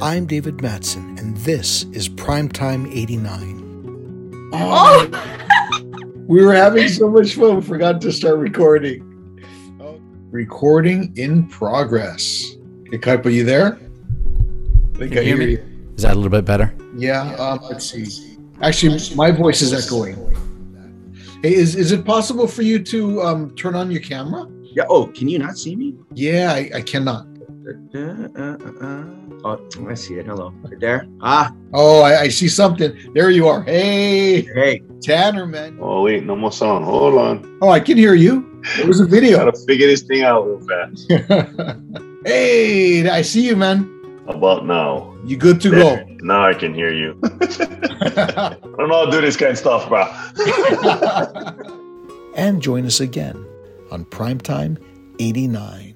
I'm David Matson, and this is Primetime 89. Oh, Um, We were having so much fun, forgot to start recording. Oh. Recording in progress. Hey, Kuiper, you there? I think Can I you hear hear me? you. Is that a little bit better? Yeah, um, let's see. Actually, my voice is echoing. Hey, is, is it possible for you to um, turn on your camera? yeah. Oh, can you not see me? Yeah, I, I cannot. Uh, uh, uh, uh. Oh, I see it. Hello. Right there. Ah, Oh, I, I see something. There you are. Hey, hey. Tanner, man. Oh wait, no more sound. Hold on. Oh, I can hear you. It was a video. Gotta figure this thing out real fast. hey, I see you, man. About now. You good to There. go. Now I can hear you. I don't know how to do this kind of stuff, bro. And join us again on Primetime 89.